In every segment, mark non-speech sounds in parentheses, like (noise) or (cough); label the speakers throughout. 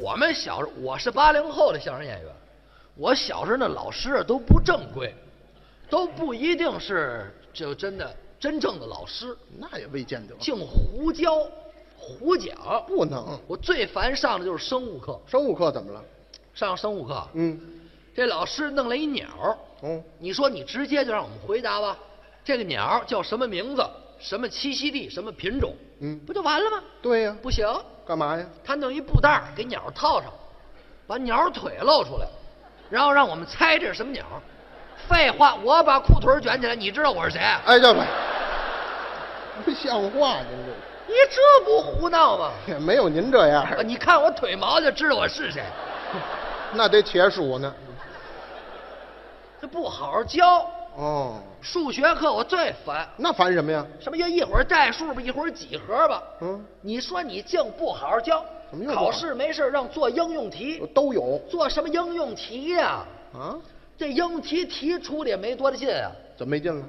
Speaker 1: 我们小时候，我是八零后的相声演员，我小时候那老师啊都不正规，都不一定是就真的真正的老师，
Speaker 2: 那也未见得，
Speaker 1: 净胡教、胡讲。
Speaker 2: 不能。
Speaker 1: 我最烦上的就是生物课，
Speaker 2: 生物课怎么了？
Speaker 1: 上生物课，
Speaker 2: 嗯，
Speaker 1: 这老师弄了一鸟儿，
Speaker 2: 哦，
Speaker 1: 你说你直接就让我们回答吧，这个鸟儿叫什么名字？什么栖息地？什么品种？
Speaker 2: 嗯
Speaker 1: 不就完了吗？
Speaker 2: 对呀，
Speaker 1: 不行，
Speaker 2: 干嘛呀？
Speaker 1: 他弄一布袋儿给鸟儿套上，把鸟儿腿露出来，然后让我们猜这是什么鸟儿。废话，我把裤腿儿卷起来，你知道我是谁？啊
Speaker 2: 哎，这不，不像话，您这
Speaker 1: 你这不胡闹吗？
Speaker 2: 也没有您这样
Speaker 1: 啊
Speaker 2: 的，
Speaker 1: 你看我腿毛就知道我是谁，
Speaker 2: 那得铁杵呢。
Speaker 1: 这不好好教。
Speaker 2: 哦，
Speaker 1: 数学课我最烦，
Speaker 2: 那烦什么呀？
Speaker 1: 什么又一会儿代数吧，一会儿几何吧。
Speaker 2: 嗯，
Speaker 1: 你说你净不好好教
Speaker 2: 怎么又，不好
Speaker 1: 考试没事儿让做应用题，
Speaker 2: 都有
Speaker 1: 做什么应用题呀、
Speaker 2: 啊？
Speaker 1: 这应用题题出的也没多大劲啊。
Speaker 2: 怎么没劲了？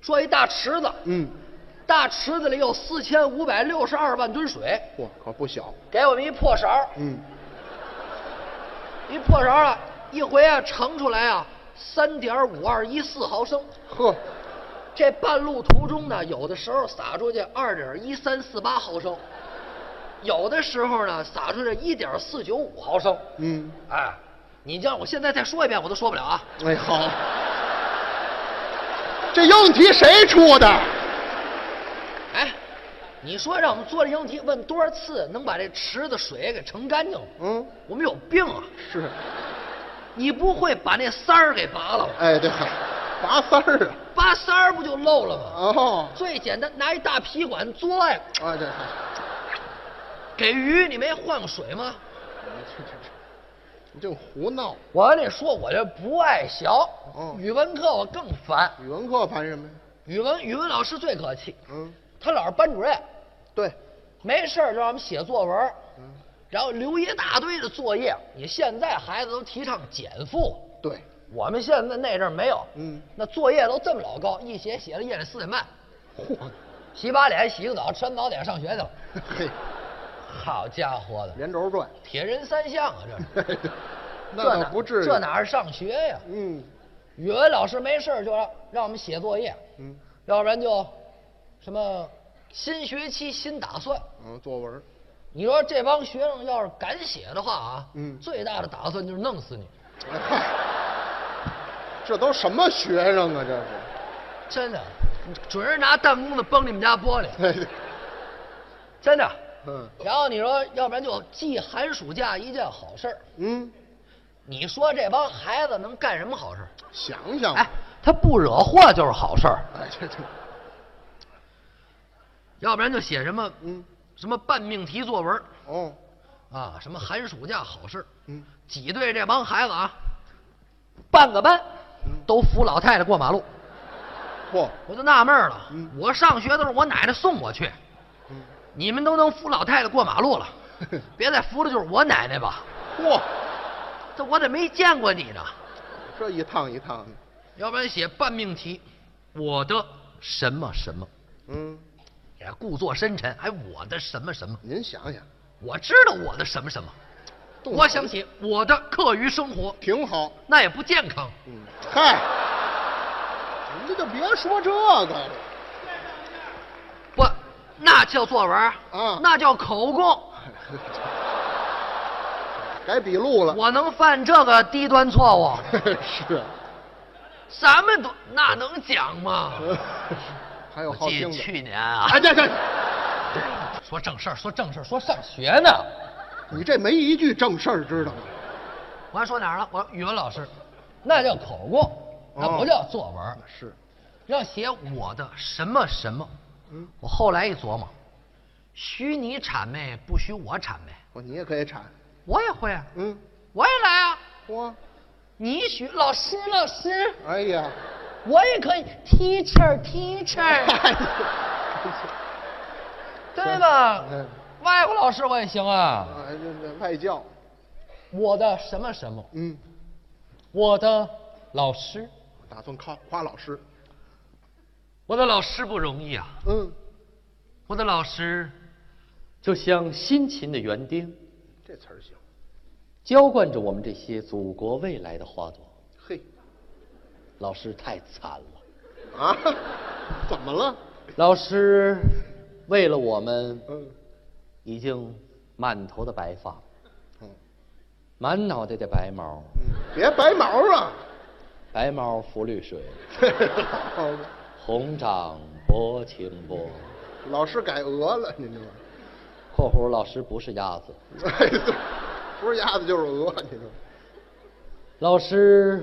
Speaker 1: 说一大池子，
Speaker 2: 嗯，
Speaker 1: 大池子里有四千五百六十二万吨水，
Speaker 2: 嚯，可不小。
Speaker 1: 给我们一破勺，
Speaker 2: 嗯，
Speaker 1: 一破勺啊，一回啊盛出来啊三点五二一四毫升，
Speaker 2: 呵，
Speaker 1: 这半路途中呢，有的时候撒出去二点一三四八毫升，有的时候呢撒出去一点四九五毫升。
Speaker 2: 嗯，
Speaker 1: 哎，你让我现在再说一遍，我都说不了啊！
Speaker 2: 哎，好。这应用题谁出的？
Speaker 1: 哎，你说让我们做这应用题，问多少次能把这池子水给盛干净？
Speaker 2: 嗯，
Speaker 1: 我们有病啊！
Speaker 2: 是。
Speaker 1: 你不会把那塞儿给拔了吧？
Speaker 2: 哎，对，拔丝儿啊。
Speaker 1: 拔塞儿不就漏了吗？
Speaker 2: 哦，
Speaker 1: 最简单，拿一大皮管嘬呀，
Speaker 2: 啊，对，
Speaker 1: 给鱼你没换过水吗？
Speaker 2: 这这这，你净胡闹。
Speaker 1: 我跟你说，我这不爱学
Speaker 2: 哦，
Speaker 1: 语文课我更烦。
Speaker 2: 语文课烦什么呀？
Speaker 1: 语文语文老师最可气，
Speaker 2: 嗯，
Speaker 1: 他老是班主任，
Speaker 2: 对，
Speaker 1: 没事儿就让我们写作文，
Speaker 2: 嗯，
Speaker 1: 然后留一大堆的作业。你现在孩子都提倡减负，
Speaker 2: 对，
Speaker 1: 我们现在那阵儿没有，
Speaker 2: 嗯
Speaker 1: 那作业都这么老高，一写写到夜里四点半，
Speaker 2: 嚯，
Speaker 1: 洗把脸、洗个澡、吃完早点上学去了。
Speaker 2: 嘿，
Speaker 1: 好家伙的，
Speaker 2: 连
Speaker 1: (laughs)
Speaker 2: 轴转，。
Speaker 1: 铁人三项啊，这是
Speaker 2: (laughs) 那
Speaker 1: 这
Speaker 2: 倒
Speaker 1: 哪
Speaker 2: 不至于。
Speaker 1: 这哪是上学呀？
Speaker 2: 嗯
Speaker 1: 语文老师没事儿就让让我们写作业，
Speaker 2: 嗯
Speaker 1: 要不然就什么新学期新打算。
Speaker 2: 嗯，作文，
Speaker 1: 你说这帮学生要是敢写的话啊，
Speaker 2: 嗯
Speaker 1: 最大的打算就是弄死你。
Speaker 2: 哎嗨，这都什么学生啊？这
Speaker 1: 真的，准是拿弹弓子崩你们家玻璃，
Speaker 2: 是，
Speaker 1: 真的。
Speaker 2: 嗯
Speaker 1: 然后你说，要不然就记寒暑假一件好事儿。
Speaker 2: 嗯，
Speaker 1: 你说这帮孩子能干什么好事儿？
Speaker 2: 想想
Speaker 1: 哎
Speaker 2: 吧，，
Speaker 1: 他不惹祸就是好事儿。
Speaker 2: 哎，这这，
Speaker 1: 要不然就写什么，
Speaker 2: 嗯，
Speaker 1: 什么半命题作文
Speaker 2: 哦，
Speaker 1: 啊，什么寒暑假好事儿。
Speaker 2: 嗯，
Speaker 1: 挤兑这帮孩子啊，半个班都扶老太太过马路，
Speaker 2: 嚯，
Speaker 1: 我就纳闷儿了
Speaker 2: 嗯。
Speaker 1: 我上学的时候，我奶奶送我去，
Speaker 2: 嗯，
Speaker 1: 你们都能扶老太太过马路了，别再扶的就是我奶奶吧？
Speaker 2: 嚯，
Speaker 1: 这我怎么没见过你呢？
Speaker 2: 这一趟一趟的，
Speaker 1: 要不然写半命题，我的什么什么，
Speaker 2: 嗯，
Speaker 1: 也故作深沉，还我的什么什么，
Speaker 2: 您想想，
Speaker 1: 我知道我的什么什么，
Speaker 2: 动
Speaker 1: 我
Speaker 2: 脑
Speaker 1: 想
Speaker 2: 子
Speaker 1: 写我的课余生活，
Speaker 2: 挺好，
Speaker 1: 那也不健康。
Speaker 2: 嗯，嗨，您这就别说这个了，
Speaker 1: 不，那叫作文
Speaker 2: 啊
Speaker 1: 那叫口供。
Speaker 2: 改笔录了，
Speaker 1: 我能犯这个低端错误，
Speaker 2: (laughs) 是，
Speaker 1: 咱们都那能讲吗？
Speaker 2: 还有
Speaker 1: 我
Speaker 2: 哎好
Speaker 1: 记
Speaker 2: 听
Speaker 1: 得
Speaker 2: 的，
Speaker 1: 去年啊，
Speaker 2: 哎，这这，
Speaker 1: 说正事儿，说正事儿，说上学呢。
Speaker 2: 你这没一句正事儿，知道吗？
Speaker 1: 我还说哪儿了？我语文老师，那叫口供，那
Speaker 2: 哦
Speaker 1: 不叫作文，
Speaker 2: 是，
Speaker 1: 要写我的什么什么。
Speaker 2: 嗯，
Speaker 1: 我后来一琢磨，许你谄媚，不许我谄媚，
Speaker 2: 哦，你也可以产，
Speaker 1: 我也会啊，
Speaker 2: 嗯，
Speaker 1: 我也来啊。
Speaker 2: 嚯，
Speaker 1: 你许老师老师，
Speaker 2: 哎呀，
Speaker 1: 我也可以 teacher (laughs) teacher，
Speaker 2: 哎呀，
Speaker 1: 对吧
Speaker 2: (laughs) 嗯？
Speaker 1: 外国老师我也行啊。
Speaker 2: 啊，这这外教，
Speaker 1: 我的什么什么，
Speaker 2: 嗯，
Speaker 1: 我的老师，
Speaker 2: 打算夸夸老师，
Speaker 1: 我的老师不容易啊！
Speaker 2: 嗯，
Speaker 1: 我的老师
Speaker 3: 就像辛勤的园丁，
Speaker 2: 这词儿行，
Speaker 1: 浇灌着我们这些祖国未来的花朵。
Speaker 2: 嘿，
Speaker 1: 老师太惨了，
Speaker 2: 啊，怎么了？
Speaker 1: 老师为了我们
Speaker 2: 嗯，
Speaker 1: 已经满头的白发，
Speaker 2: 嗯
Speaker 1: 满脑袋的白毛，
Speaker 2: 别白毛啊！
Speaker 1: 白毛浮绿水，
Speaker 2: 老
Speaker 1: 红掌拨清波。
Speaker 2: 老师改鹅了，您这玩意儿
Speaker 1: （括弧老师不是鸭子，
Speaker 2: 哎对， (laughs) 不是鸭子就是鹅，你这，
Speaker 1: 老师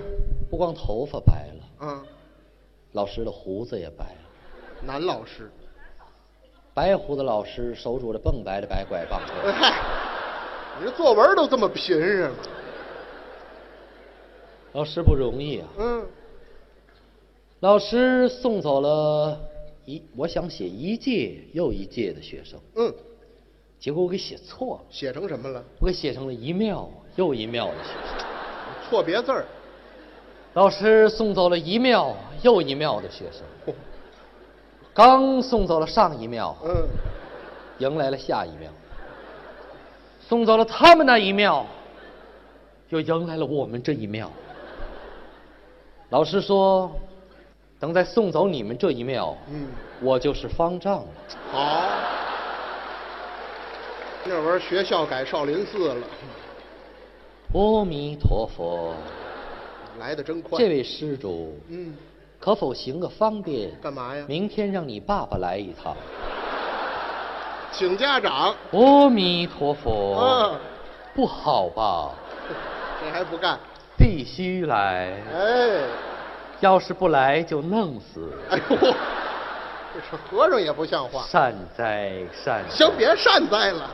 Speaker 1: 不光头发白了，
Speaker 2: 啊，
Speaker 1: 老师的胡子也白了。
Speaker 2: 男老师，
Speaker 1: 白胡子老师手拄着蹦白的白拐棒槌，
Speaker 2: 嗨、哎你这作文都这么贫是吗？
Speaker 1: 老师不容易啊。
Speaker 2: 嗯，
Speaker 1: 老师送走了一，我想写一届又一届的学生，
Speaker 2: 嗯，
Speaker 1: 结果我给写错了，
Speaker 2: 写成什么了？
Speaker 1: 我给写成了一庙又一庙的学生。
Speaker 2: 错别字儿，
Speaker 1: 老师送走了一庙又一庙的学生，刚送走了上一庙，
Speaker 2: 嗯，
Speaker 1: 迎来了下一庙，送走了他们那一庙，又迎来了我们这一庙。老师说，等再送走你们这一庙，
Speaker 2: 嗯
Speaker 1: 我就是方丈了。
Speaker 2: 好。那会儿学校改少林寺了，
Speaker 1: 阿弥陀佛，
Speaker 2: 来的真快。
Speaker 1: 这位施主，
Speaker 2: 嗯，
Speaker 1: 可否行个方便？
Speaker 2: 干嘛呀？
Speaker 1: 明天让你爸爸来一趟。
Speaker 2: 请家长。 (laughs)
Speaker 1: 阿弥陀佛，
Speaker 2: 啊，
Speaker 1: 不好吧？
Speaker 2: 这还不干？
Speaker 1: 必须来，
Speaker 2: 哎，
Speaker 1: 要是不来就弄死。
Speaker 2: 哎呦， (laughs) 这是和尚也不像话。
Speaker 1: 善哉善哉。
Speaker 2: 行，别善哉了。